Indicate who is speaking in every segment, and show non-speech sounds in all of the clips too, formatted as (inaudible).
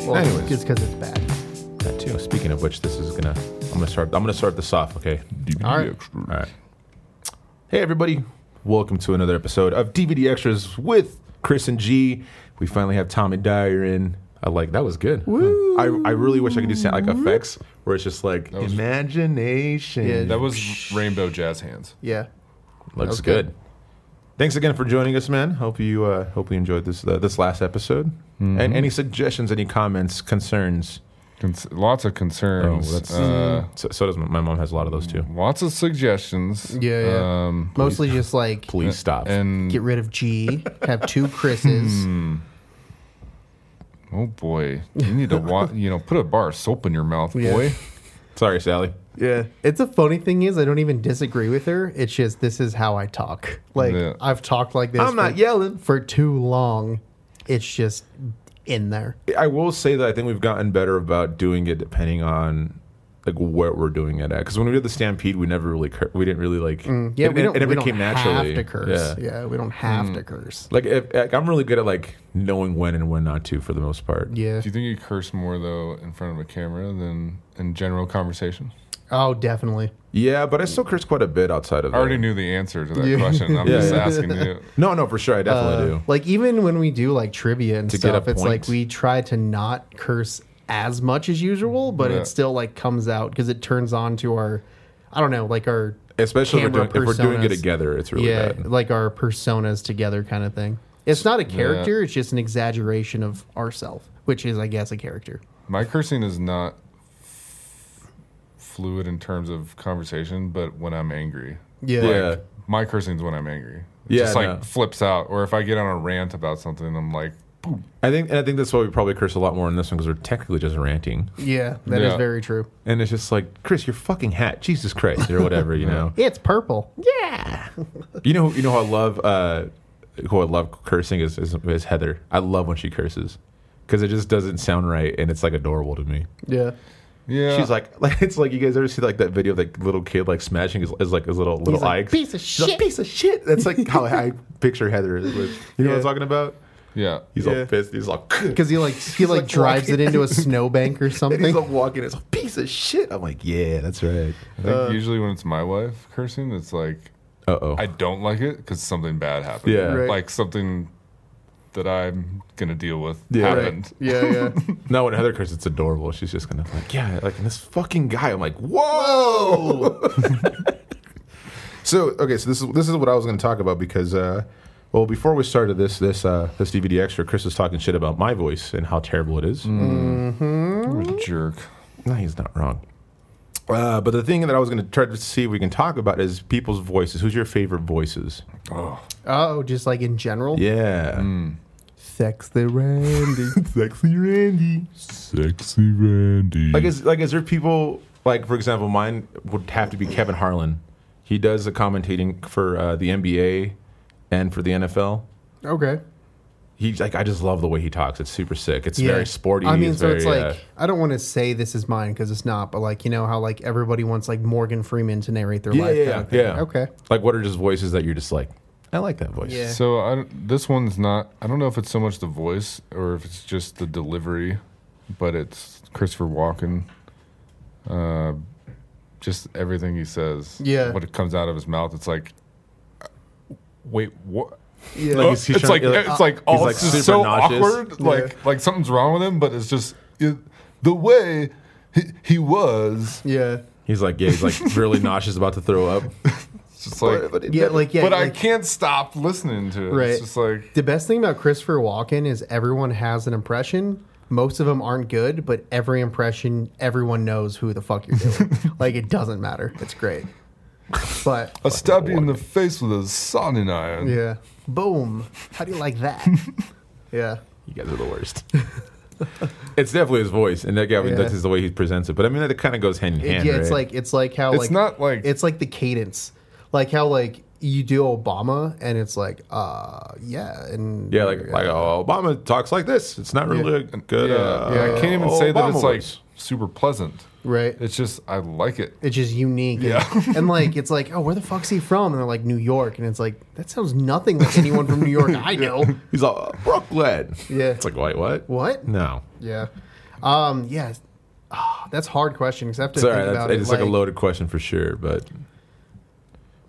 Speaker 1: suck is because it's bad.
Speaker 2: That too. Speaking of which, this is gonna. I'm gonna start. I'm gonna start this off. Okay. DVD
Speaker 1: All right.
Speaker 2: extras. All right. Hey everybody, welcome to another episode of DVD extras with Chris and G. We finally have Tommy Dyer in. I like that was good. I I really wish I could do sound like effects where it's just like
Speaker 3: was-
Speaker 2: imagination.
Speaker 1: Yeah,
Speaker 2: that
Speaker 3: That was rainbow jazz hands.
Speaker 1: Yeah.
Speaker 2: looks
Speaker 1: was
Speaker 2: good.
Speaker 1: good.
Speaker 2: Thanks again for joining us, man. Hope you uh, hope you enjoyed this uh, this last episode.
Speaker 1: Mm-hmm.
Speaker 2: And any suggestions, any comments, concerns.
Speaker 3: Cons- lots of concerns.
Speaker 2: Oh, that's-
Speaker 3: uh,
Speaker 2: So, so does my, my mom has a lot of those too.
Speaker 3: Lots of suggestions.
Speaker 1: Mm. Yeah, yeah.
Speaker 3: Um,
Speaker 1: Mostly just like
Speaker 2: Please stop.
Speaker 3: and
Speaker 1: get rid of G, have two
Speaker 2: Hmm.
Speaker 1: Chris's.
Speaker 3: oh boy, you need to wa- you know put a bar of soap in your mouth,
Speaker 1: Yeah.
Speaker 3: boy.
Speaker 2: Sorry, Sally.
Speaker 1: yeah. It's a funny thing is I don't even disagree with her. It's just this is how I talk. Like
Speaker 3: Yeah.
Speaker 1: I've talked like this
Speaker 2: I'm not yelling.
Speaker 1: for too long. It's just in there.
Speaker 2: I will say that I think we've gotten better about doing it depending on like what we're doing it at. Because when we did the Stampede, we never really cur- we didn't really like
Speaker 1: Mm, Yeah,
Speaker 2: it,
Speaker 1: we
Speaker 2: it-
Speaker 1: don't,
Speaker 2: it never
Speaker 1: we don't
Speaker 2: came
Speaker 1: have
Speaker 2: naturally.
Speaker 1: to curse.
Speaker 2: Yeah. Hmm.
Speaker 1: Yeah. we don't have to curse.
Speaker 2: Like, if, like I'm really good at like knowing when and when not to for the most part.
Speaker 1: Yeah.
Speaker 3: Do you think you curse more though in front of a camera than in general conversation?
Speaker 1: Oh, definitely.
Speaker 2: Yeah, but I still curse quite a bit outside of.
Speaker 3: I already
Speaker 2: that.
Speaker 3: knew the answer to
Speaker 1: (laughs)
Speaker 3: that
Speaker 1: Yeah.
Speaker 3: question. I'm
Speaker 2: Yeah,
Speaker 3: just
Speaker 2: yeah.
Speaker 3: asking you.
Speaker 2: No, no, for sure, I definitely do.
Speaker 1: Like even when we do like trivia and
Speaker 2: To get
Speaker 1: stuff,
Speaker 2: a
Speaker 1: it's
Speaker 2: point.
Speaker 1: like we try to not curse as much as usual, but
Speaker 3: Yeah.
Speaker 1: it still like comes out because it turns on to our, I don't know, like our
Speaker 2: Especially if we're,
Speaker 1: camera
Speaker 2: doing, if we're doing it
Speaker 1: personas.
Speaker 2: together, it's really
Speaker 1: yeah,
Speaker 2: bad.
Speaker 1: like our personas together kind of thing. It's not a character; it's just an exaggeration of ourself, which is, I guess, a character.
Speaker 3: My cursing is not f- fluid in terms of conversation, but when I'm angry,
Speaker 1: Yeah,
Speaker 2: Yeah.
Speaker 3: my cursing's when I'm angry. It
Speaker 2: Yeah,
Speaker 3: just like
Speaker 2: no.
Speaker 3: flips out. Or if I get on a rant about something, I'm like, boom.
Speaker 2: I think, and I think that's why we probably curse a lot more in this one because we're technically just ranting,
Speaker 1: yeah, that is
Speaker 3: Yeah.
Speaker 1: very true.
Speaker 2: and it's just like Chris, your fucking hat, Jesus Christ, or whatever, you
Speaker 1: (laughs)
Speaker 2: know.
Speaker 1: It's purple.
Speaker 2: You know, you know, who I love uh, who I love cursing is, is is Heather. I love when she curses because it just doesn't sound right, and it's like adorable to me.
Speaker 1: Yeah,
Speaker 3: Yeah.
Speaker 2: She's like, (laughs) like, it's like you guys ever see like that video of that little kid like smashing his, his like his little little
Speaker 1: He's like,
Speaker 2: Ike
Speaker 1: "Piece of
Speaker 2: She's like,
Speaker 1: shit."
Speaker 2: piece of shit. That's like how
Speaker 1: (laughs)
Speaker 2: I picture Heather. Is with, you know what I'm
Speaker 1: Yeah.
Speaker 2: talking about?
Speaker 3: yeah.
Speaker 2: He's
Speaker 1: Yeah.
Speaker 2: all pissed. He's
Speaker 1: (laughs)
Speaker 2: like,
Speaker 1: because he like he like,
Speaker 2: like,
Speaker 1: drives it
Speaker 2: walking.
Speaker 1: (laughs) into a snowbank or
Speaker 2: and he's
Speaker 1: something.
Speaker 2: like walking. It's a piece of shit. I'm like, yeah, that's right.
Speaker 3: I think
Speaker 1: uh,
Speaker 3: usually when it's my wife cursing, it's like,
Speaker 2: Uh oh.
Speaker 3: I don't like it because something bad happened.
Speaker 2: Yeah.
Speaker 1: Right.
Speaker 3: Like something that I'm going to deal with
Speaker 2: Yeah. Right.
Speaker 3: happened.
Speaker 1: Yeah, yeah.
Speaker 2: No, when Heather curses, it's adorable. She's just gonna like, yeah, like and this fucking guy. I'm like, (laughs) whoa. so okay, so this is this is what I was gonna talk about because, uh, well, before we started this this uh, this DVD extra, Chris was talking shit about my voice and how terrible it is.
Speaker 3: You're a jerk.
Speaker 2: No, he's not wrong. Uh, but the thing that I was gonna try to see if we can talk about is people's voices. Who's your favorite voices?
Speaker 3: Oh,
Speaker 1: (laughs) Oh, just like in general.
Speaker 2: Yeah,
Speaker 1: Sex the Randy.
Speaker 2: Mm. (laughs) sexy Randy.
Speaker 3: sexy Randy.
Speaker 1: Hmm.
Speaker 2: Like is like is there people like for example mine would have to be Kevin Harlan. He does the commentating for uh, the NBA and for the NFL.
Speaker 1: okay.
Speaker 2: He's like I just love the way he talks. It's super sick. It's
Speaker 1: Yeah.
Speaker 2: very sporty.
Speaker 1: I mean, so it's
Speaker 2: very,
Speaker 1: like
Speaker 2: uh,
Speaker 1: I don't want to say this is mine because it's not, but like you know how like everybody wants like Morgan Freeman to narrate their
Speaker 2: Yeah,
Speaker 1: life.
Speaker 2: yeah,
Speaker 1: kind of
Speaker 2: yeah,
Speaker 1: thing.
Speaker 2: yeah.
Speaker 1: Okay.
Speaker 2: like what are just voices that you're just like I like that voice.
Speaker 1: Yeah.
Speaker 3: So I don't- this one's not. I don't know if it's so much the voice or if it's just the delivery, but it's Christopher Walken. Uh, just everything he says.
Speaker 1: Yeah.
Speaker 3: What it comes out of his mouth, it's like, uh, wait, what?
Speaker 1: Yeah.
Speaker 2: Like, he's- he's
Speaker 3: it's
Speaker 2: trying-
Speaker 3: like,
Speaker 2: like,
Speaker 3: it's like all
Speaker 2: like,
Speaker 3: it's just
Speaker 2: super
Speaker 3: so
Speaker 2: nauseous.
Speaker 3: awkward.
Speaker 1: Yeah.
Speaker 3: Like like something's wrong with him, but it's just it, the way he, he was.
Speaker 1: yeah.
Speaker 2: He's like yeah. He's
Speaker 1: (laughs)
Speaker 2: like really nauseous about to throw up.
Speaker 3: It's just like, but,
Speaker 1: Yeah. Like yeah.
Speaker 3: I
Speaker 1: like,
Speaker 3: can't stop listening to it.
Speaker 1: Right.
Speaker 3: It's just like
Speaker 1: The best thing about Christopher Walken is everyone has an impression. Most of them aren't good, but every impression, everyone knows who the fuck you're (laughs) doing. like it doesn't matter. It's great. But
Speaker 3: I stabbed you in the face with a soldering iron.
Speaker 1: yeah, boom. How do you like that? (laughs) yeah.
Speaker 2: You guys are the
Speaker 1: (laughs)
Speaker 2: worst. it's definitely his voice, and that guy I mean,
Speaker 1: Yeah.
Speaker 2: that's just the way he presents it. But I mean, that kind of goes hand in
Speaker 1: It-
Speaker 2: hand.
Speaker 1: yeah, it's
Speaker 2: right?
Speaker 1: like it's like how
Speaker 3: It's
Speaker 1: like
Speaker 3: not like-
Speaker 1: it's like the cadence, like how like you do Obama and it's like uh yeah and
Speaker 2: Yeah, like like oh, Obama talks like this. It's not really a good.
Speaker 3: Yeah,
Speaker 2: uh,
Speaker 3: yeah, I can't even say that
Speaker 2: Obama
Speaker 3: it's like
Speaker 2: voice.
Speaker 3: super pleasant.
Speaker 1: right. It's,
Speaker 3: It's just I like it.
Speaker 1: just unique.
Speaker 3: Yeah.
Speaker 1: And, (laughs) and, like it's like oh where the fuck's he from? And they're like New York, and it's like that sounds nothing like anyone
Speaker 2: (laughs)
Speaker 1: from New York I know.
Speaker 2: He's like Brooklyn.
Speaker 1: Yeah.
Speaker 2: It's like wait, what?
Speaker 1: What?
Speaker 2: No.
Speaker 1: Yeah. Um, yeah, Ah, that's a hard question because I have to
Speaker 2: Sorry,
Speaker 1: think
Speaker 2: that's,
Speaker 1: about it.
Speaker 2: it's like, a loaded question for sure, but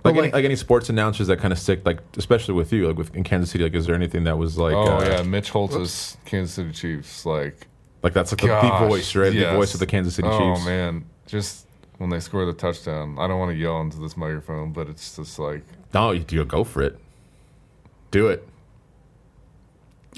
Speaker 2: like, any,
Speaker 1: like-
Speaker 2: like any sports announcers that kind of stick, like especially with you, like with in Kansas City, like is there anything that was like,
Speaker 3: oh
Speaker 2: uh,
Speaker 3: yeah, Mitch Holt's Kansas City Chiefs. Like
Speaker 2: like that's like
Speaker 3: Gosh,
Speaker 2: the, the voice, right?
Speaker 3: yes.
Speaker 2: The voice of the Kansas City
Speaker 3: oh
Speaker 2: Chiefs.
Speaker 3: man, just when they score the touchdown, I don't want to yell into this microphone, but it's just like
Speaker 2: No, you, you go for it. Do it.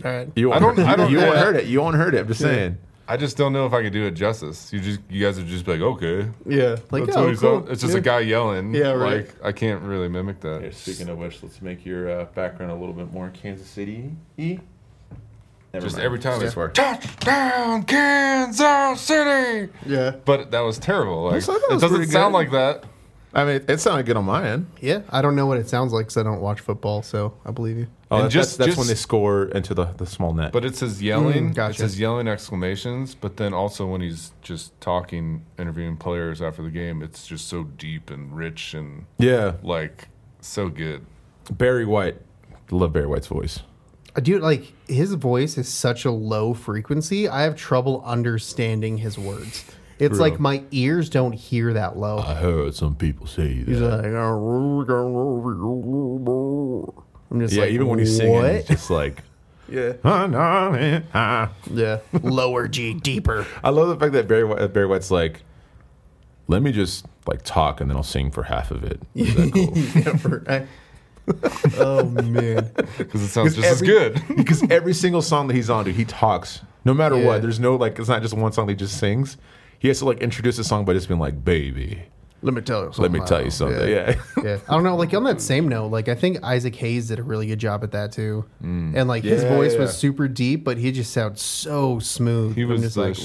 Speaker 1: All right.
Speaker 2: You
Speaker 3: I
Speaker 2: won't,
Speaker 3: don't-
Speaker 2: hurt-
Speaker 3: I don't-
Speaker 2: you won't
Speaker 3: yeah.
Speaker 2: hurt it. You won't hurt it. I'm just saying.
Speaker 3: I just don't know if I could do it justice. You just you guys would just be like, okay,
Speaker 1: Yeah, like
Speaker 3: that's
Speaker 1: oh,
Speaker 3: what he's
Speaker 1: cool.
Speaker 3: on. It's just
Speaker 1: yeah.
Speaker 3: a guy yelling.
Speaker 1: Yeah, right.
Speaker 3: Like I can't really mimic that.
Speaker 2: of which, let's make your uh, background a little bit more Kansas City. E.
Speaker 3: just every time
Speaker 2: I
Speaker 3: it's
Speaker 2: swear.
Speaker 3: touchdown Kansas City.
Speaker 1: Yeah,
Speaker 3: But that was terrible. Like,
Speaker 4: I thought that
Speaker 3: it
Speaker 4: was
Speaker 3: doesn't
Speaker 4: pretty
Speaker 3: sound
Speaker 4: good.
Speaker 3: like that.
Speaker 4: I mean, it, it sounded good on my end.
Speaker 1: yeah. I don't know what it sounds like because I don't watch football, so I believe you.
Speaker 2: Oh,
Speaker 3: And
Speaker 2: that's, that's,
Speaker 3: just-
Speaker 2: that's
Speaker 3: just-
Speaker 2: when they score into the, the small net.
Speaker 3: But it's his yelling.
Speaker 1: Mm, gotcha.
Speaker 3: It's his yelling exclamations. But then also when he's just talking, interviewing players after the game, it's just so deep and rich and
Speaker 2: yeah,
Speaker 3: like so good.
Speaker 2: Barry White. Love Barry White's voice.
Speaker 1: Dude, like his voice is such a low frequency. I have trouble understanding his words. It's like my ears don't hear that low.
Speaker 2: I heard some people say
Speaker 1: He's
Speaker 2: that.
Speaker 1: like, I'm just
Speaker 2: yeah,
Speaker 1: like,
Speaker 2: even when he's singing,
Speaker 1: what?
Speaker 2: (laughs) it's just
Speaker 1: (laughs)
Speaker 2: like. (laughs)
Speaker 4: Yeah.
Speaker 2: Ah, I
Speaker 1: yeah, lower
Speaker 2: (laughs)
Speaker 1: G, deeper. (laughs)
Speaker 2: love the fact that Barry White, Barry White's like, let me just like talk and then I'll sing for half of it. Is that cool?
Speaker 1: (laughs) Never.
Speaker 2: (laughs)
Speaker 1: I- oh man,
Speaker 3: Because it sounds
Speaker 2: 'Cause
Speaker 3: just as
Speaker 2: every-
Speaker 3: good.
Speaker 2: (laughs) because every single song that he's on, dude, he talks. No matter
Speaker 1: Yeah.
Speaker 2: what, there's no like, it's not just one song that he just sings. He has to like introduce a song by just being like, "Baby,
Speaker 1: let me tell you. Something
Speaker 2: let me
Speaker 1: about
Speaker 2: tell you
Speaker 1: him.
Speaker 2: something." Yeah, (laughs)
Speaker 1: yeah. I don't know. Like on that same note, like I think Isaac Hayes did a really good job at that too. And like his
Speaker 2: Yeah,
Speaker 1: voice
Speaker 2: yeah.
Speaker 1: was super deep, but he just sounds so smooth.
Speaker 3: He
Speaker 1: I'm
Speaker 3: was
Speaker 1: just
Speaker 3: the
Speaker 1: like,
Speaker 3: sh-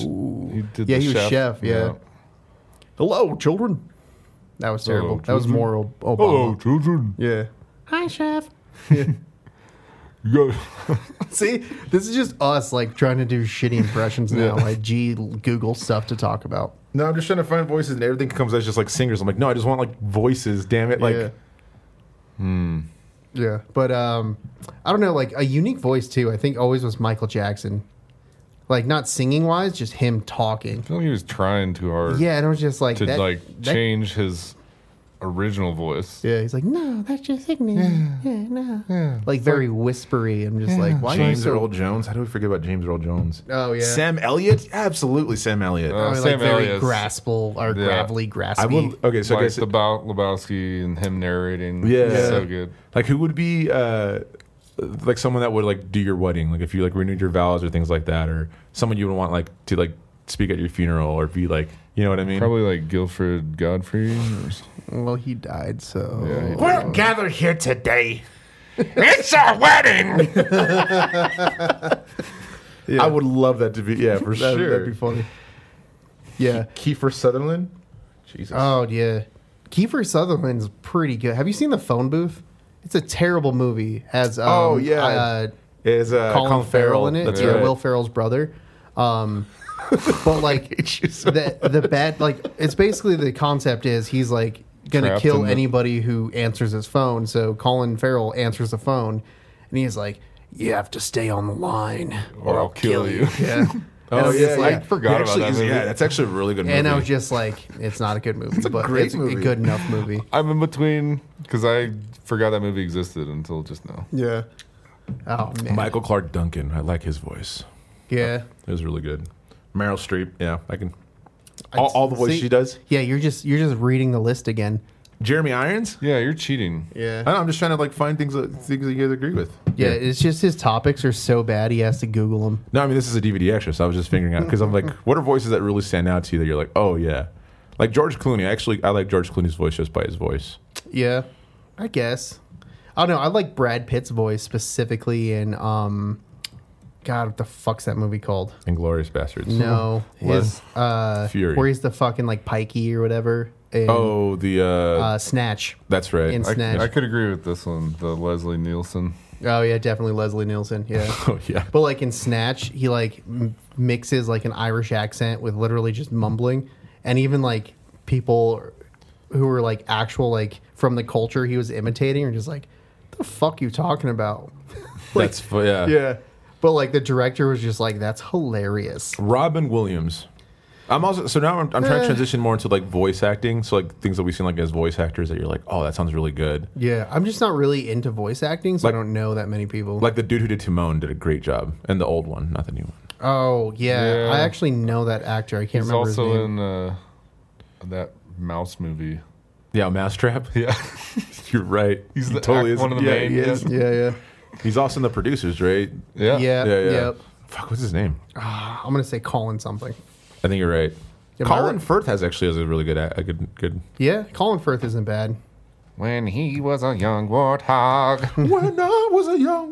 Speaker 3: he did
Speaker 1: Yeah,
Speaker 3: the
Speaker 1: he was chef, yeah. hello, children. That was terrible.
Speaker 3: Hello,
Speaker 1: that was
Speaker 3: children.
Speaker 1: more Ob- Obama.
Speaker 3: (laughs) Hello, children.
Speaker 1: Yeah. Hi, chef. (laughs)
Speaker 3: You guys-
Speaker 1: See, this is just us like trying to do shitty impressions now. Like, gee, Google stuff to talk about.
Speaker 2: no, I'm just trying to find voices, and everything comes out just like singers. I'm like, no, I just want like voices. Damn it, like,
Speaker 1: yeah.
Speaker 3: Hmm.
Speaker 1: Yeah, but um, I don't know. Like a unique voice too. I think always was Michael Jackson. Like not singing wise, just him talking.
Speaker 3: I feel like he was trying too hard
Speaker 1: Yeah, and it was just like
Speaker 3: to
Speaker 1: that,
Speaker 3: like
Speaker 1: that-
Speaker 3: change his original voice.
Speaker 1: Yeah, he's like, no, that's just ignorant. Yeah, no. Like very whispery. I'm just like, why
Speaker 2: James
Speaker 1: are you so?
Speaker 2: Earl Jones. How do we forget about James Earl Jones?
Speaker 1: Oh yeah.
Speaker 2: Sam Elliott, absolutely Sam Elliott.
Speaker 3: Uh,
Speaker 1: Or, like
Speaker 3: Sam
Speaker 1: very
Speaker 3: Elliott.
Speaker 1: graspable or
Speaker 3: Yeah.
Speaker 1: gravelly, graspy.
Speaker 2: I would okay. So I
Speaker 3: like
Speaker 2: guess
Speaker 3: Lebow- Lebowski and him narrating.
Speaker 2: Yeah.
Speaker 3: It's so good.
Speaker 2: Like who would be uh, like someone that would like do your wedding? Like if you like renewed your vows or things like that, or someone you would want like to like speak at your funeral or be like, you know what I mean?
Speaker 3: Probably like Guilford Godfrey. Or s-
Speaker 1: well, he died, so (laughs)
Speaker 3: yeah, he-
Speaker 5: We're gathered here today. It's our
Speaker 2: (laughs)
Speaker 5: wedding.
Speaker 2: I would love that to be yeah (laughs) for
Speaker 1: that,
Speaker 2: sure.
Speaker 1: that'd be funny. Yeah.
Speaker 2: Kiefer Sutherland. Jesus.
Speaker 1: Oh yeah, Kiefer Sutherland's pretty good. Have you seen the Phone Booth? It's a terrible movie. Has um,
Speaker 2: Oh, yeah.
Speaker 1: uh,
Speaker 2: is uh,
Speaker 1: Colin, Farrell in it.
Speaker 2: That's
Speaker 1: yeah,
Speaker 2: right.
Speaker 1: Will Farrell's brother. Um, but like the the bad like it's basically the concept is he's like gonna
Speaker 3: Trapped in
Speaker 1: kill
Speaker 3: the-
Speaker 1: anybody who answers his phone. So Colin Farrell answers the phone, and he's like, "You have to stay on the line,
Speaker 3: Or I'll kill you.
Speaker 1: Yeah. And I
Speaker 2: Oh
Speaker 1: was
Speaker 2: yeah,
Speaker 1: just
Speaker 2: yeah.
Speaker 1: like-
Speaker 3: I forgot
Speaker 2: It
Speaker 3: about
Speaker 2: actually
Speaker 3: that
Speaker 2: is-
Speaker 3: movie.
Speaker 2: Yeah, that's actually a really good movie.
Speaker 1: and I was just like, "It's not a good movie, but
Speaker 4: great
Speaker 1: it's a
Speaker 4: movie.
Speaker 1: good enough movie."
Speaker 3: I'm in between because I forgot that movie existed until just now.
Speaker 1: (laughs) Yeah. Oh man.
Speaker 2: Michael Clark Duncan. I like his voice.
Speaker 1: Yeah.
Speaker 2: It was really good. Meryl Streep. Yeah, I can. All, all the voice
Speaker 1: See-
Speaker 2: she does.
Speaker 1: Yeah, you're just you're just reading the list again.
Speaker 2: Jeremy Irons.
Speaker 3: Yeah, you're cheating.
Speaker 1: Yeah.
Speaker 2: I don't know, I'm just trying to like find things that, things that you guys agree with.
Speaker 1: Yeah, it's just his topics are so bad he has to Google them.
Speaker 2: No, I mean this is a DVD extra, so I was just figuring out because I'm like, what are voices that really stand out to you that you're like, oh yeah, like George Clooney. Actually, I like George Clooney's voice just by his voice.
Speaker 1: Yeah, I guess. I don't know. I like Brad Pitt's voice specifically in um, God, what the fuck's that movie (laughs) called?
Speaker 2: Inglorious Bastards.
Speaker 1: No, his uh,
Speaker 2: Fury.
Speaker 1: where he's the fucking like pikey or whatever. In,
Speaker 2: Oh, the uh,
Speaker 1: uh, Snatch.
Speaker 2: that's right.
Speaker 1: in
Speaker 2: I-
Speaker 1: Snatch.
Speaker 3: I could agree with this one, the Leslie Nielsen.
Speaker 1: Oh yeah, definitely Leslie Nielsen. (laughs) Yeah.
Speaker 2: (laughs) oh yeah.
Speaker 1: But like in Snatch, he like m- mixes like an Irish accent with literally just mumbling, and even like people who were like actual like from the culture he was imitating are just like, "The fuck you talking about?" (laughs)
Speaker 2: that's fu- yeah.
Speaker 1: Yeah, But like the director was just like, that's hilarious.
Speaker 2: Robin Williams. I'm also so now I'm, I'm trying
Speaker 1: Eh.
Speaker 2: to transition more into like voice acting. So like things that we've seen like as voice actors that you're like, oh, that sounds really good.
Speaker 1: Yeah, I'm just not really into voice acting, so
Speaker 2: Like-
Speaker 1: I don't know that many people.
Speaker 2: Like the dude who did Timon did a great job, and the old one, not the new one.
Speaker 1: oh yeah,
Speaker 3: Yeah.
Speaker 1: I actually know that actor. I can't
Speaker 3: He's
Speaker 1: remember his
Speaker 3: also
Speaker 1: name.
Speaker 3: in uh, that mouse movie. (laughs)
Speaker 2: Yeah, Mousetrap. (laughs)
Speaker 3: Yeah,
Speaker 2: You're right.
Speaker 3: He's
Speaker 2: He
Speaker 3: the act- one
Speaker 2: is.
Speaker 3: of the
Speaker 2: yeah,
Speaker 3: main-
Speaker 2: He is.
Speaker 1: yeah, yeah,
Speaker 2: He's also in the producers, right?
Speaker 3: yeah,
Speaker 2: Yeah,
Speaker 1: yeah,
Speaker 2: yeah.
Speaker 1: Yep.
Speaker 2: Fuck, what's his name?
Speaker 1: I'm gonna say Colin something.
Speaker 2: I think you're right.
Speaker 1: Am I
Speaker 2: Colin
Speaker 1: right?
Speaker 2: Firth has actually has a really good act- a good good. (laughs)
Speaker 1: Yeah, Colin Firth isn't bad.
Speaker 3: When he was a
Speaker 1: (laughs)
Speaker 3: young warthog.
Speaker 2: when I was a young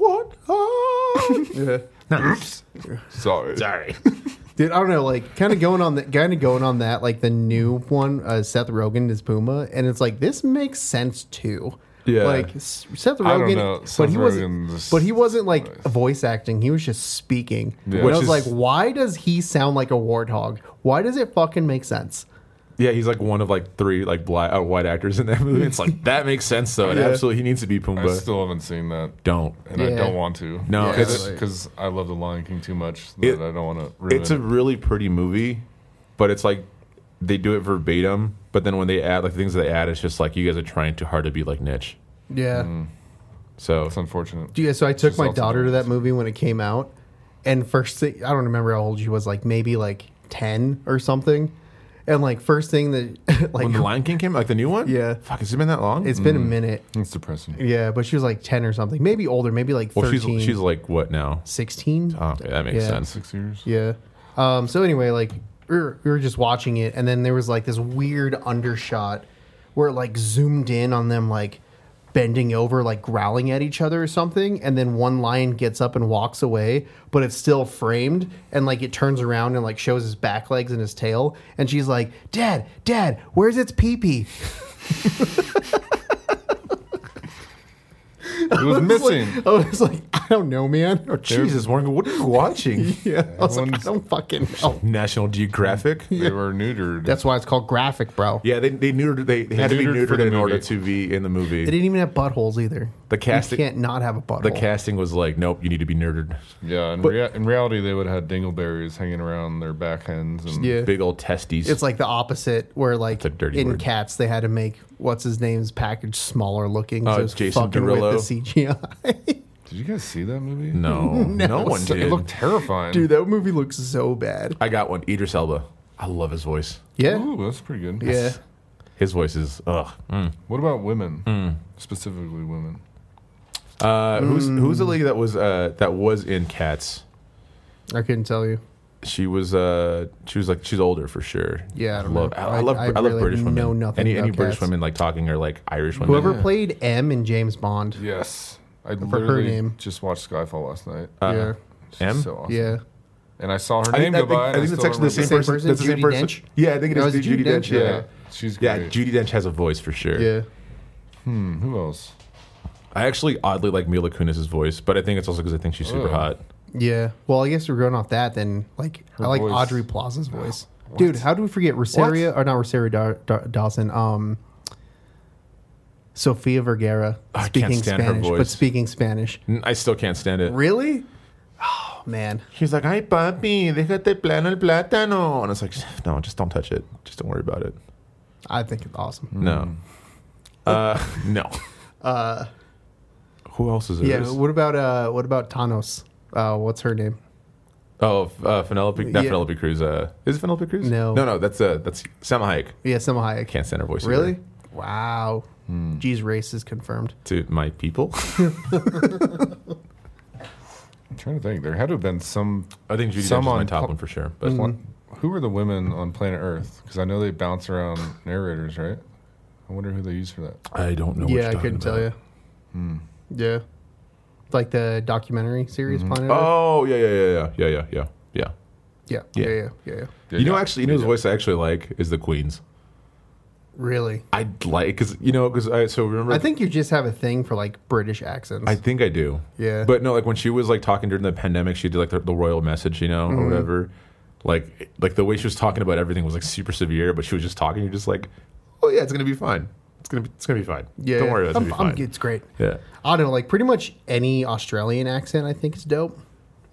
Speaker 2: oh. one.
Speaker 1: Yeah.
Speaker 3: Sorry.
Speaker 5: Sorry.
Speaker 1: Dude, I don't know, like kind of going on that, kind of going on that, like the new one, uh, Seth Rogen is Puma, and it's like this makes sense too.
Speaker 2: Yeah.
Speaker 1: like S- Seth Rogen,
Speaker 3: I don't know, Seth
Speaker 1: but he
Speaker 3: Rogen's-
Speaker 1: wasn't, but he wasn't like voice acting; he was just speaking.
Speaker 3: Yeah.
Speaker 1: And
Speaker 2: Which
Speaker 1: I was
Speaker 2: is-
Speaker 1: like, why does he sound like a warthog? Why does it fucking make sense?
Speaker 2: (laughs) yeah, he's like one of like three like black uh, white actors in that (laughs) movie. It's like that makes sense though. It
Speaker 1: Yeah.
Speaker 2: absolutely he needs to be
Speaker 3: I
Speaker 2: Pumbaa.
Speaker 3: still haven't seen that,
Speaker 2: Don't.
Speaker 3: and I
Speaker 1: Yeah.
Speaker 3: don't want to.
Speaker 2: No,
Speaker 1: Yeah,
Speaker 2: it's
Speaker 1: like-
Speaker 3: because I love The Lion King too much that
Speaker 2: It-
Speaker 3: I don't want to ruin
Speaker 2: it's a really pretty movie, but it's like they do it verbatim. But then when they add like the things that they add, it's just like you guys are trying too hard to be like niche.
Speaker 1: Yeah.
Speaker 2: So
Speaker 3: It's unfortunate.
Speaker 1: Yeah, so I took
Speaker 3: She's
Speaker 1: my
Speaker 3: Mm. also
Speaker 1: daughter to
Speaker 3: gorgeous.
Speaker 1: that movie when it came out, and first thing I don't remember how old she was, like maybe like ten or something, and like first thing that (laughs) like
Speaker 2: when the Lion King came, like the new one,
Speaker 1: Yeah.
Speaker 2: fuck, has it been that long?
Speaker 1: it's
Speaker 3: Mm.
Speaker 1: been a minute,
Speaker 3: It's
Speaker 2: (laughs)
Speaker 3: depressing.
Speaker 1: yeah, but she was like ten or something, maybe older, maybe like
Speaker 2: well,
Speaker 1: 13,
Speaker 2: she's she's like what now?
Speaker 1: 16?
Speaker 2: Oh, yeah, that makes
Speaker 1: Yeah.
Speaker 2: sense.
Speaker 3: Six years.
Speaker 1: yeah. Um, so anyway, like we were, we were just watching it, and then there was like this weird undershot where it like zoomed in on them like bending over, like growling at each other or something, and then one lion gets up and walks away, but it's still framed, and like it turns around and like shows his back legs and his tail, and she's like, "Dad, Dad, where's its pee pee?" (laughs)
Speaker 3: It was missing.
Speaker 2: (laughs)
Speaker 1: I was like, "I don't know, man."
Speaker 2: Oh, Jesus, Morgan, what are you watching?
Speaker 1: Yeah, I was like, "I
Speaker 3: Everyone's-
Speaker 1: don't fucking know."
Speaker 2: National Geographic.
Speaker 3: They were neutered.
Speaker 1: That's why it's called graphic, bro.
Speaker 2: Yeah, they, they neutered. They, they had to be
Speaker 3: neutered for
Speaker 2: neutered
Speaker 3: the
Speaker 2: in order
Speaker 3: movie.
Speaker 2: to be in the movie.
Speaker 1: They didn't even have buttholes either.
Speaker 2: The casting-
Speaker 1: you can't not have a butthole.
Speaker 2: the casting was like, nope, you need to be neutered.
Speaker 3: yeah. In, rea- in reality, they would have had dingleberries hanging around their back ends. And
Speaker 1: Yeah.
Speaker 2: Big old testes.
Speaker 1: It's like the opposite, where like
Speaker 2: That's a dirty
Speaker 1: in
Speaker 2: word.
Speaker 1: cats they had to make what's his name's package smaller looking.
Speaker 2: Oh,
Speaker 1: so it's
Speaker 2: Jason
Speaker 1: fucking
Speaker 2: Derulo.
Speaker 1: with the CGI.
Speaker 3: Did you guys see that movie?
Speaker 2: no, no, one
Speaker 3: It,
Speaker 2: did.
Speaker 3: looked
Speaker 1: (laughs)
Speaker 3: terrifying.
Speaker 1: Dude, that movie looks so bad.
Speaker 2: I got one. Idris Elba. I love his voice.
Speaker 1: Yeah,
Speaker 3: Ooh, that's pretty good.
Speaker 1: yeah.
Speaker 2: His voice is ugh.
Speaker 3: What about women?
Speaker 2: Hmm.
Speaker 3: Specifically women.
Speaker 2: Uh, Who's who's the lady that was uh, that was in Cats?
Speaker 1: I couldn't tell you.
Speaker 2: She was uh, she was like she's older for sure.
Speaker 1: Yeah, I don't
Speaker 2: love
Speaker 1: know.
Speaker 2: I, I
Speaker 1: I-
Speaker 2: love I,
Speaker 1: I
Speaker 2: love
Speaker 1: really
Speaker 2: British women.
Speaker 1: know nothing
Speaker 2: Any
Speaker 1: about
Speaker 2: any British
Speaker 1: Cats.
Speaker 2: women like talking or like Irish women.
Speaker 1: Whoever played M in James Bond. Yeah,
Speaker 3: Yes. I
Speaker 1: her
Speaker 3: literally
Speaker 1: name.
Speaker 3: just watched Skyfall last night.
Speaker 2: Uh-huh.
Speaker 1: yeah.
Speaker 3: She's
Speaker 2: Uh, M?
Speaker 3: so awesome. And I saw her
Speaker 2: I
Speaker 3: name
Speaker 2: think, I
Speaker 3: go
Speaker 2: think,
Speaker 3: by. and
Speaker 2: I think
Speaker 3: still
Speaker 2: that's actually the same,
Speaker 1: remember.
Speaker 2: person.
Speaker 1: Same
Speaker 2: That's the same
Speaker 1: person,
Speaker 2: person.
Speaker 1: Judi Dench?
Speaker 2: Yeah, I think it
Speaker 1: No,
Speaker 2: is
Speaker 1: is it
Speaker 2: Judy
Speaker 1: Judi
Speaker 2: Dench.
Speaker 1: Dench?
Speaker 2: Yeah.
Speaker 3: Yeah. She's
Speaker 2: Yeah,
Speaker 3: great.
Speaker 2: Judy Dench has a voice for sure.
Speaker 1: yeah.
Speaker 3: Hmm, who else?
Speaker 2: I actually oddly like Mila Kunis's voice, but I think it's also because I think she's super
Speaker 3: Oh.
Speaker 2: hot.
Speaker 1: Well, I guess we're going off that. Then, like, I like
Speaker 3: voice.
Speaker 1: Audrey
Speaker 2: (sighs)
Speaker 1: Plaza's voice. Dude, how do we forget Rosaria or not Rosaria Dar- Dar- Dawson? Um, Sofia Vergara
Speaker 2: I can't
Speaker 1: speaking
Speaker 2: stand her
Speaker 1: Spanish, but
Speaker 2: voice.
Speaker 1: speaking Spanish.
Speaker 2: N- I still can't stand it.
Speaker 1: Really? Oh man.
Speaker 2: She's like, "Ay, papi, déjate plano el plátano," and it's like, "No, just don't touch it. Just don't worry about it."
Speaker 1: I think it's awesome.
Speaker 2: Mm.
Speaker 1: (laughs)
Speaker 2: No, uh, no. Who else is there?
Speaker 1: Uh, Yeah. What about uh what about Thanos? Uh what's her name?
Speaker 2: Oh, f- uh, Penelope, not
Speaker 1: Yeah.
Speaker 2: Penelope Cruz. Uh, is it Penelope Cruz?
Speaker 1: No.
Speaker 2: no, no. That's uh, that's Salma Hayek.
Speaker 1: Yeah, Selma Hayek.
Speaker 2: Can't stand her Hmm. voice.
Speaker 1: really?
Speaker 2: either.
Speaker 1: Wow. Geez, race is confirmed.
Speaker 2: To my people,
Speaker 3: I'm trying to think. There had to have been some.
Speaker 2: I think Judy Dench is
Speaker 3: Some
Speaker 2: my
Speaker 3: on
Speaker 2: top
Speaker 3: pop-
Speaker 2: one for sure. But
Speaker 1: Mm.
Speaker 3: Who are the women on planet Earth? Because I know they bounce around narrators, right? I wonder who they use for that.
Speaker 2: I don't know. what
Speaker 1: yeah,
Speaker 2: you're
Speaker 1: I
Speaker 2: talking
Speaker 1: couldn't tell you.
Speaker 2: about. Hmm.
Speaker 1: Yeah. Like the documentary series Planet Earth?
Speaker 2: Oh, yeah, yeah, yeah, yeah, yeah, yeah, yeah, yeah.
Speaker 1: Yeah.
Speaker 2: yeah.
Speaker 1: Yeah, yeah, yeah, yeah.
Speaker 3: Yeah,
Speaker 2: you know,
Speaker 3: yeah.
Speaker 2: actually, you know, whose voice I actually like is the Queen's.
Speaker 1: Really?
Speaker 2: I like because you know because I so remember
Speaker 1: I think you just have a thing for like British accents.
Speaker 2: I think I do.
Speaker 1: Yeah.
Speaker 2: But no, like when she was like talking during the pandemic, she did like the, the royal message, you know,
Speaker 1: Mm-hmm.
Speaker 2: or whatever. Like like the way she was talking about everything was like super severe, but she was just talking. You're just like, oh yeah, it's gonna be fine. It's gonna be it's gonna be fine.
Speaker 1: yeah.
Speaker 2: Don't worry,
Speaker 1: I'm,
Speaker 2: it's gonna be
Speaker 1: I'm
Speaker 2: fine.
Speaker 1: good. It's great.
Speaker 2: Yeah.
Speaker 1: I don't know, like pretty much any Australian accent I think is dope.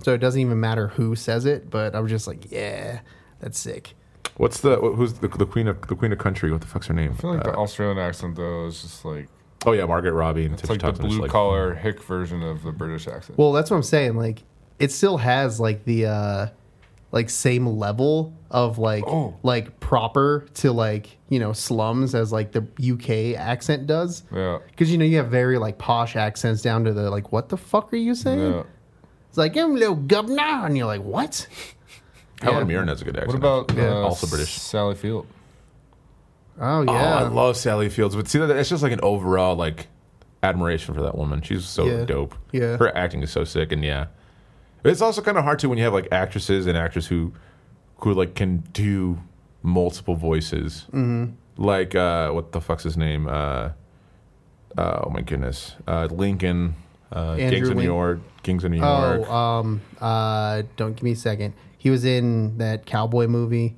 Speaker 1: So it doesn't even matter who says it, but I was just like, yeah, that's sick.
Speaker 2: What's the wh- who's the, the queen of the queen of country? What the fuck's her name?
Speaker 3: I feel like
Speaker 2: Uh,
Speaker 3: the Australian accent though is just like
Speaker 2: oh yeah, Margaret Robbie and
Speaker 3: it's
Speaker 2: Tiffany
Speaker 3: like the
Speaker 2: Thompson. It's
Speaker 3: blue
Speaker 2: like-
Speaker 3: collar hick version of the British accent.
Speaker 1: Well, that's what I'm saying. Like, it still has like the uh like same level of like
Speaker 3: Oh.
Speaker 1: like proper to like you know slums as like the UK accent does.
Speaker 3: yeah.
Speaker 1: Because you know you have very like posh accents down to the like what the fuck are you
Speaker 2: Eh.
Speaker 1: saying?
Speaker 3: Yeah.
Speaker 1: It's like I'm a little governor, and you're like what?
Speaker 2: Helen Mirren has a good accent.
Speaker 3: What about
Speaker 2: actually.
Speaker 3: uh,
Speaker 2: also British?
Speaker 3: Sally Field?
Speaker 1: Oh
Speaker 2: Oh,
Speaker 1: yeah,
Speaker 2: I love Sally Fields, but see that it's just like an overall like admiration for that woman. She's so
Speaker 1: Yeah.
Speaker 2: dope.
Speaker 1: Yeah.
Speaker 2: her acting is so sick, and yeah, it's also kind of hard too when you have like actresses and actors who who like can do multiple voices. Mm-hmm. Like uh, what the fuck's his name? Uh, uh, oh my goodness, uh, Lincoln, uh,
Speaker 1: Andrew
Speaker 2: Kings of New
Speaker 1: Lin-
Speaker 2: York, Kings of New York.
Speaker 1: Oh, um, uh, don't give me a second. He was in that cowboy movie.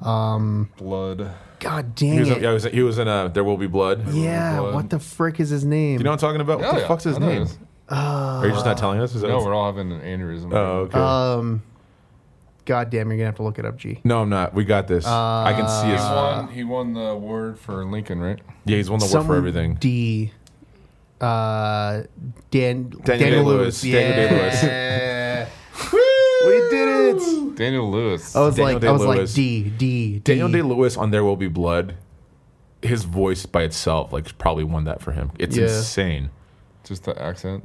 Speaker 3: Blood.
Speaker 1: God
Speaker 2: he
Speaker 1: dang
Speaker 2: was,
Speaker 1: it!
Speaker 2: in, yeah, he was, he was in uh, There Will Be Blood. Do
Speaker 1: yeah,
Speaker 3: Blood.
Speaker 1: what the frick is his name?
Speaker 2: you know what I'm talking about? What
Speaker 3: Oh,
Speaker 2: the
Speaker 3: yeah.
Speaker 2: fuck's his
Speaker 3: I know
Speaker 2: name?
Speaker 3: this.
Speaker 2: Are you just not telling us? Is that
Speaker 3: No,
Speaker 2: what's-
Speaker 3: we're all having an aneurysm.
Speaker 2: oh, okay.
Speaker 1: um, God damn, you're gonna have to look it up, G.
Speaker 2: no, I'm not. We got this. I can see
Speaker 3: he
Speaker 2: his
Speaker 3: won. He won the award for Lincoln, right?
Speaker 2: Yeah, he's won the award
Speaker 1: Some
Speaker 2: for everything.
Speaker 1: D. Uh, Dan Daniel,
Speaker 2: Day-Lewis.
Speaker 1: Yeah.
Speaker 2: Daniel Day-Lewis. (laughs)
Speaker 1: we did it.
Speaker 3: Daniel Lewis.
Speaker 1: I was
Speaker 2: Daniel
Speaker 1: like, I was like
Speaker 2: Day-Lewis.
Speaker 1: D D D.
Speaker 2: Daniel Day Lewis on There Will Be Blood, his voice by itself, like probably won that for him. It's
Speaker 1: Yeah.
Speaker 2: insane.
Speaker 3: just the accent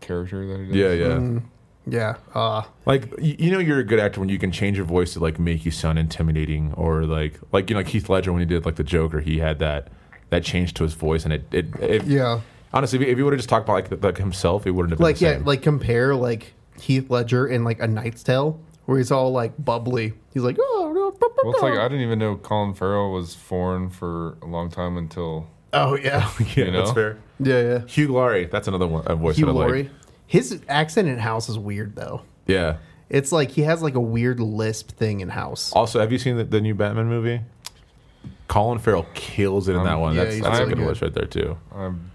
Speaker 3: character that he did.
Speaker 2: Yeah, yeah.
Speaker 1: Mm. Yeah. Uh,
Speaker 2: Like you, you know, you're a good actor when you can change your voice to like make you sound intimidating, or like like you know Keith Ledger when he did like the Joker, he had that that change to his voice, and it it, it
Speaker 1: yeah.
Speaker 2: Honestly, if he- if he would have just talked about like, like himself, it wouldn't have been
Speaker 1: Like
Speaker 2: the
Speaker 1: yeah,
Speaker 2: same. (laughs)
Speaker 1: like compare like Heath Ledger in like A Knight's Tale, where he's all like bubbly. He's like, oh, no, bu- bu-
Speaker 3: Well, it's
Speaker 1: bu-
Speaker 3: like I didn't even know Colin Farrell was foreign for a long time until
Speaker 1: oh yeah,
Speaker 2: yeah,
Speaker 3: you
Speaker 2: that's
Speaker 3: know?
Speaker 2: fair.
Speaker 1: yeah, yeah.
Speaker 2: Hugh Laurie, that's another one a voice
Speaker 1: Hugh
Speaker 2: that I like.
Speaker 1: Laurie. His accent in House is weird though.
Speaker 2: Yeah.
Speaker 1: It's like he has like a weird lisp thing in House.
Speaker 2: Also, have you seen the, the new Batman movie? Colin Farrell kills it in
Speaker 3: Um,
Speaker 2: that one.
Speaker 1: yeah,
Speaker 2: that's
Speaker 1: he's
Speaker 2: that's a
Speaker 1: really
Speaker 2: good
Speaker 1: good.
Speaker 2: list right there too.
Speaker 3: I'm,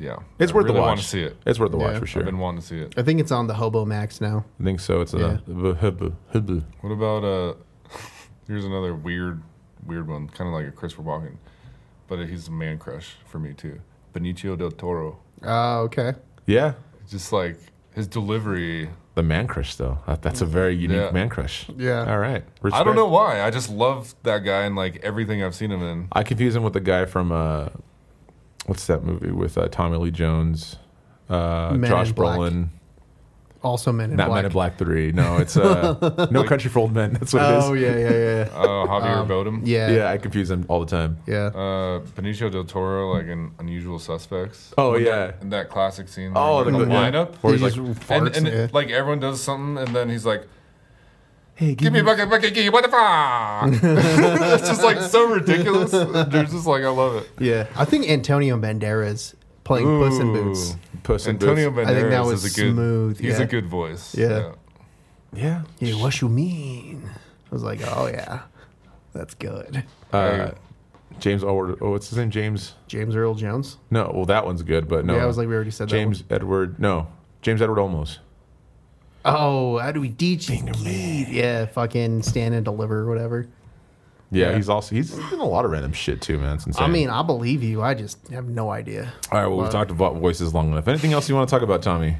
Speaker 3: yeah,
Speaker 2: It's
Speaker 3: I
Speaker 2: worth
Speaker 3: really
Speaker 2: the watch.
Speaker 3: Want to see it?
Speaker 2: It's worth the watch
Speaker 1: Yeah.
Speaker 2: for sure.
Speaker 3: I've been wanting to see it.
Speaker 1: I think it's on the Hobo Max now.
Speaker 2: I think so. It's uh, a yeah.
Speaker 3: What about uh? (laughs) Here's another weird, weird one, kind of like a Christopher Walken, but he's a man crush for me too. Benicio del Toro,
Speaker 1: Oh, okay.
Speaker 2: yeah.
Speaker 3: just like his delivery.
Speaker 2: The man crush though. That- That's a very unique
Speaker 3: Yeah.
Speaker 2: man crush.
Speaker 1: Yeah.
Speaker 2: All right.
Speaker 3: I
Speaker 2: Respect.
Speaker 3: don't know why. I just love that guy and like everything I've seen him in.
Speaker 2: I confuse him with the guy from uh, what's that movie with uh, Tommy Lee Jones, uh,
Speaker 1: Men
Speaker 2: Josh
Speaker 1: in Black.
Speaker 2: Brolin.
Speaker 1: Also Men in
Speaker 2: Not
Speaker 1: Black.
Speaker 2: Men in Black Three. No, it's
Speaker 1: (laughs)
Speaker 2: uh, No Country for Old Men. That's what
Speaker 1: Oh
Speaker 2: it is.
Speaker 1: yeah, yeah,
Speaker 3: (laughs)
Speaker 1: yeah,
Speaker 3: Uh, Javier Bardem.
Speaker 1: yeah, yeah,
Speaker 2: Um, yeah, I confuse him all the time.
Speaker 1: yeah.
Speaker 3: Uh, Benicio del Toro, like in Unusual Suspects.
Speaker 2: Oh,
Speaker 3: When
Speaker 2: yeah.
Speaker 3: that- in that classic scene.
Speaker 2: Oh,
Speaker 3: like,
Speaker 2: the-
Speaker 3: the
Speaker 2: yeah.
Speaker 3: lineup.
Speaker 2: Or he's
Speaker 1: He
Speaker 2: like,
Speaker 1: just
Speaker 3: And,
Speaker 1: farts,
Speaker 3: and
Speaker 1: yeah.
Speaker 3: like everyone does something, and then he's like,
Speaker 2: "Hey,
Speaker 3: "Give me a bucket, bucket, give me what the fuck?" it's just like so ridiculous. There's just like I love it.
Speaker 1: yeah. I think Antonio Banderas playing Puss in Boots.
Speaker 2: Puss in
Speaker 3: Antonio
Speaker 2: Boots.
Speaker 3: Banderas
Speaker 1: I think that
Speaker 3: is
Speaker 1: was
Speaker 3: a good.
Speaker 1: smooth,
Speaker 3: He's
Speaker 1: yeah.
Speaker 3: a good voice.
Speaker 1: Yeah.
Speaker 2: Yeah.
Speaker 1: Yeah, what you mean? I was like, oh yeah, that's good.
Speaker 2: Uh, James Howard. Oh, what's his name? James.
Speaker 1: James Earl Jones.
Speaker 2: No, well, that one's good, but no.
Speaker 1: Yeah, I was like, we already said that
Speaker 2: James Edward. No, James Edward Olmos.
Speaker 1: Oh, how do we teach you? geez? Yeah, fucking stand and deliver, or whatever.
Speaker 2: Yeah, he's also he's in a lot of random shit too, man. It's insane.
Speaker 1: I mean, uh, I believe you. I just have no idea.
Speaker 2: all right. Well, we've talked about voices long enough. Anything else you want to talk about, Tommy?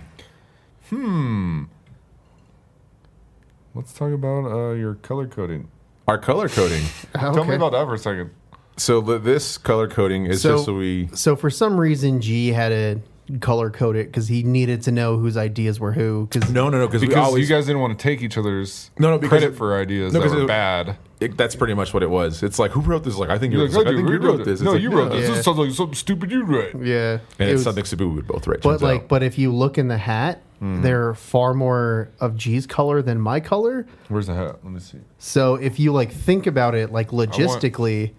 Speaker 3: Let's talk about uh, your color coding.
Speaker 2: Our color coding.
Speaker 3: Tell me
Speaker 1: Okay.
Speaker 3: about that for a second.
Speaker 2: so the, this color coding is
Speaker 1: So-
Speaker 2: just so we.
Speaker 1: So for some reason, G had to color code it because he needed to know whose ideas were who. Because
Speaker 2: No, no, no. Because we
Speaker 3: Because
Speaker 2: always.
Speaker 3: you guys didn't want to take each other's
Speaker 2: No, no, because
Speaker 3: credit
Speaker 2: it-
Speaker 3: for ideas
Speaker 2: no,
Speaker 3: that
Speaker 2: 'cause
Speaker 3: were
Speaker 2: it-
Speaker 3: bad.
Speaker 2: it, that's pretty much what it was. It's like who wrote this? Like I think you
Speaker 3: You're
Speaker 2: wrote
Speaker 3: like,
Speaker 2: this. Like,
Speaker 3: "Oh,
Speaker 2: I think
Speaker 3: dude,
Speaker 2: you wrote this. It's
Speaker 3: No,
Speaker 2: like,
Speaker 3: you wrote
Speaker 2: yeah.
Speaker 3: this.
Speaker 1: Yeah.
Speaker 3: This sounds like something stupid you wrote.
Speaker 1: yeah,
Speaker 2: And it's
Speaker 1: it was-
Speaker 2: something stupid we would both write.
Speaker 1: But
Speaker 2: turns
Speaker 1: like,
Speaker 2: out.
Speaker 1: but if you look in the hat, there are far more of G's color than my color.
Speaker 3: Where's the hat? Let me see.
Speaker 1: So if you like think about it, like logistically,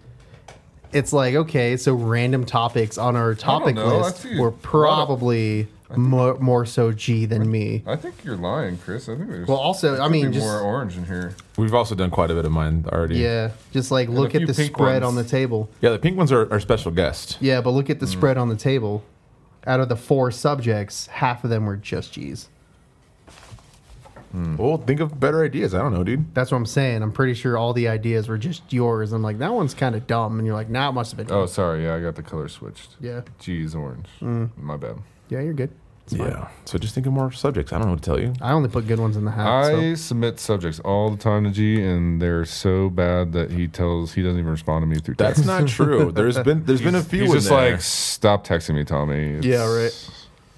Speaker 1: it's like okay, so random topics on our topic
Speaker 3: know. I
Speaker 1: list
Speaker 3: see
Speaker 1: were
Speaker 3: a lot of-
Speaker 1: probably more, more so G than me.
Speaker 3: I think you're lying, Chris. I think there's
Speaker 1: Well, also, I mean,
Speaker 3: be
Speaker 1: just
Speaker 3: more orange in here.
Speaker 2: we've also done quite a bit of mine already.
Speaker 1: yeah, just like look
Speaker 3: few
Speaker 1: at the
Speaker 3: pink
Speaker 1: spread on
Speaker 3: ones.
Speaker 1: the
Speaker 3: Mm.
Speaker 1: table.
Speaker 2: Yeah, the pink ones are our special guest.
Speaker 1: Yeah, but look at the spread on the table. Out of the four subjects, half of them were just G's. Hmm.
Speaker 4: Well, think of better ideas. I don't know, dude.
Speaker 1: That's what I'm saying. I'm pretty sure all the ideas were just yours. I'm like, that one's kind of dumb, and you're like, nah, it must have been.
Speaker 3: Oh, sorry. Yeah, I got the color switched.
Speaker 1: Yeah,
Speaker 3: Geez, orange. My bad.
Speaker 1: yeah, you're good.
Speaker 2: Yeah. So just think of more subjects. I don't know what to tell you.
Speaker 1: I only put good ones in the hat.
Speaker 3: I submit subjects all the time to G, and they're so bad that he tells he doesn't even respond to me through text.
Speaker 2: That's (laughs) not true. There's been there's been a few.
Speaker 3: He's
Speaker 2: in
Speaker 3: just
Speaker 2: there.
Speaker 3: like, stop texting me, Tommy. It's-
Speaker 1: Yeah, right.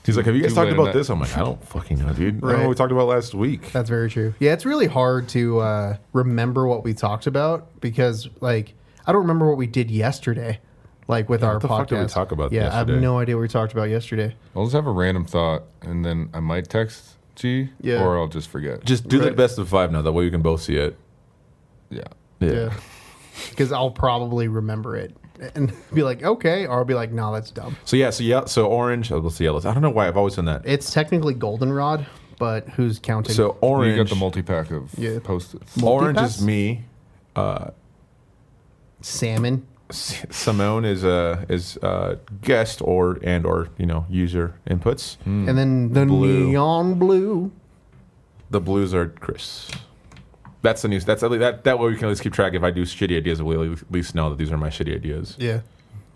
Speaker 2: he's like, have you guys
Speaker 3: Too
Speaker 2: talked
Speaker 3: late
Speaker 2: about
Speaker 3: on that.
Speaker 2: this? I'm like, I don't fucking
Speaker 4: I
Speaker 2: know, dude.
Speaker 4: don't know
Speaker 1: Right.
Speaker 4: what we talked about last week.
Speaker 1: That's very true. Yeah, it's really hard to uh, remember what we talked about because, like, I don't remember what we did yesterday. Like with our
Speaker 2: the
Speaker 1: podcast,
Speaker 2: fuck did we talk about
Speaker 1: Yeah, I have
Speaker 2: yesterday?
Speaker 1: no idea what we talked about yesterday.
Speaker 3: I'll just have a random thought, and then I might text G,
Speaker 1: Yeah.
Speaker 3: or I'll just forget.
Speaker 2: Just do the
Speaker 1: Right.
Speaker 2: best of five now. That way we can both see it.
Speaker 3: yeah.
Speaker 1: Yeah, because I'll probably remember it and be like, okay, or I'll be like, nah, that's dumb.
Speaker 2: So yeah. So yeah. So orange. oh, Let's see. Yellow. I don't know why I've always done that.
Speaker 1: It's technically goldenrod, but who's counting?
Speaker 2: So orange.
Speaker 3: You got the multi pack of
Speaker 1: Yeah.
Speaker 3: post-its.
Speaker 2: orange
Speaker 1: multi-pass?
Speaker 2: is me.
Speaker 1: salmon.
Speaker 2: S- Simone is uh, is uh, guest or and or you know user inputs.
Speaker 4: Hmm.
Speaker 1: And then the
Speaker 2: Hmm. Blue.
Speaker 1: neon blue.
Speaker 2: The blues are Chris. That's the news. That's at least, that that way we can at least keep track. If I do shitty ideas, we'll at least know that these are my shitty ideas.
Speaker 1: Yeah.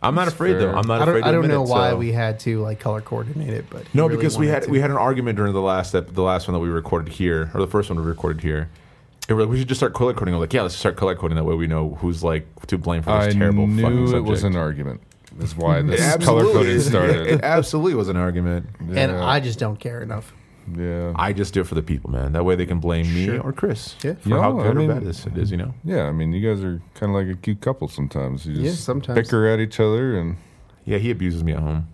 Speaker 2: I'm not afraid though.
Speaker 3: fair.
Speaker 2: I'm not
Speaker 1: I don't,
Speaker 2: afraid.
Speaker 1: I
Speaker 2: to
Speaker 1: don't
Speaker 2: admit
Speaker 1: know
Speaker 2: it,
Speaker 1: why
Speaker 2: so-
Speaker 1: we had to like color coordinate it, but
Speaker 2: No,
Speaker 1: really
Speaker 2: because we
Speaker 1: wanted
Speaker 2: had
Speaker 1: to.
Speaker 2: we had an argument during the last ep- the last one that we recorded here or the first one we recorded here. And we're like, we should just start color coding. I'm like, yeah, let's start color coding. That way we know who's like to blame for
Speaker 3: I
Speaker 2: this terrible fucking
Speaker 3: knew
Speaker 2: subject.
Speaker 3: it was an argument. That's why
Speaker 2: (laughs)
Speaker 3: this color
Speaker 4: absolutely
Speaker 3: coding
Speaker 4: is.
Speaker 3: started.
Speaker 2: it absolutely was an argument.
Speaker 1: and
Speaker 3: Yeah.
Speaker 1: I just don't care enough.
Speaker 3: yeah.
Speaker 2: I just do it for the people, man. That way they can blame me or Chris
Speaker 1: Yeah.
Speaker 2: for
Speaker 3: Yeah,
Speaker 2: how good
Speaker 3: I mean-
Speaker 2: or bad this it is. You know,
Speaker 3: Yeah, I mean, you guys are kind of like a cute couple sometimes. You just
Speaker 1: Yeah, sometimes.
Speaker 3: bicker at each other, and
Speaker 2: yeah, he abuses me at home.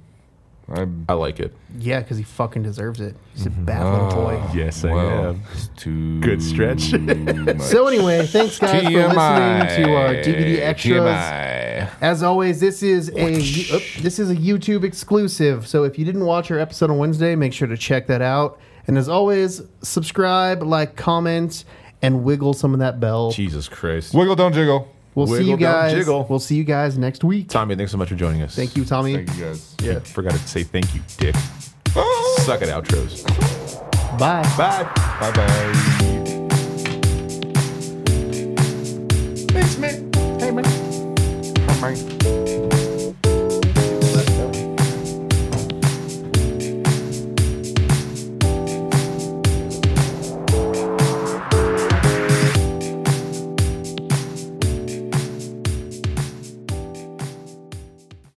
Speaker 3: I.
Speaker 2: I like it.
Speaker 1: Yeah, because he fucking deserves it. He's
Speaker 2: Mm-hmm.
Speaker 1: a bad
Speaker 2: Oh,
Speaker 1: little toy.
Speaker 2: Yes,
Speaker 3: Well, it's too
Speaker 2: Good stretch.
Speaker 3: (laughs) much.
Speaker 1: So anyway, thanks guys for uh, listening to uh, DVD extras.
Speaker 3: TMI.
Speaker 1: As always, this is a oop, this is a YouTube exclusive. So if you didn't watch our episode on Wednesday, make sure to check that out. And as always, subscribe, like, comment, and wiggle some of that bell.
Speaker 2: Jesus Christ,
Speaker 3: Wiggle, don't jiggle.
Speaker 1: We'll see you
Speaker 2: Wiggle, don't
Speaker 1: guys.
Speaker 2: jiggle.
Speaker 1: We'll see you guys next week.
Speaker 2: Tommy, thanks so much for joining us.
Speaker 1: Thank you, Tommy.
Speaker 3: Thank you guys.
Speaker 1: Yeah.
Speaker 2: Forgot to say thank you, Dick. Suck it, outros.
Speaker 1: Bye.
Speaker 2: Bye.
Speaker 3: Bye bye.
Speaker 5: Thanks, man. Hey, man. Bye, man.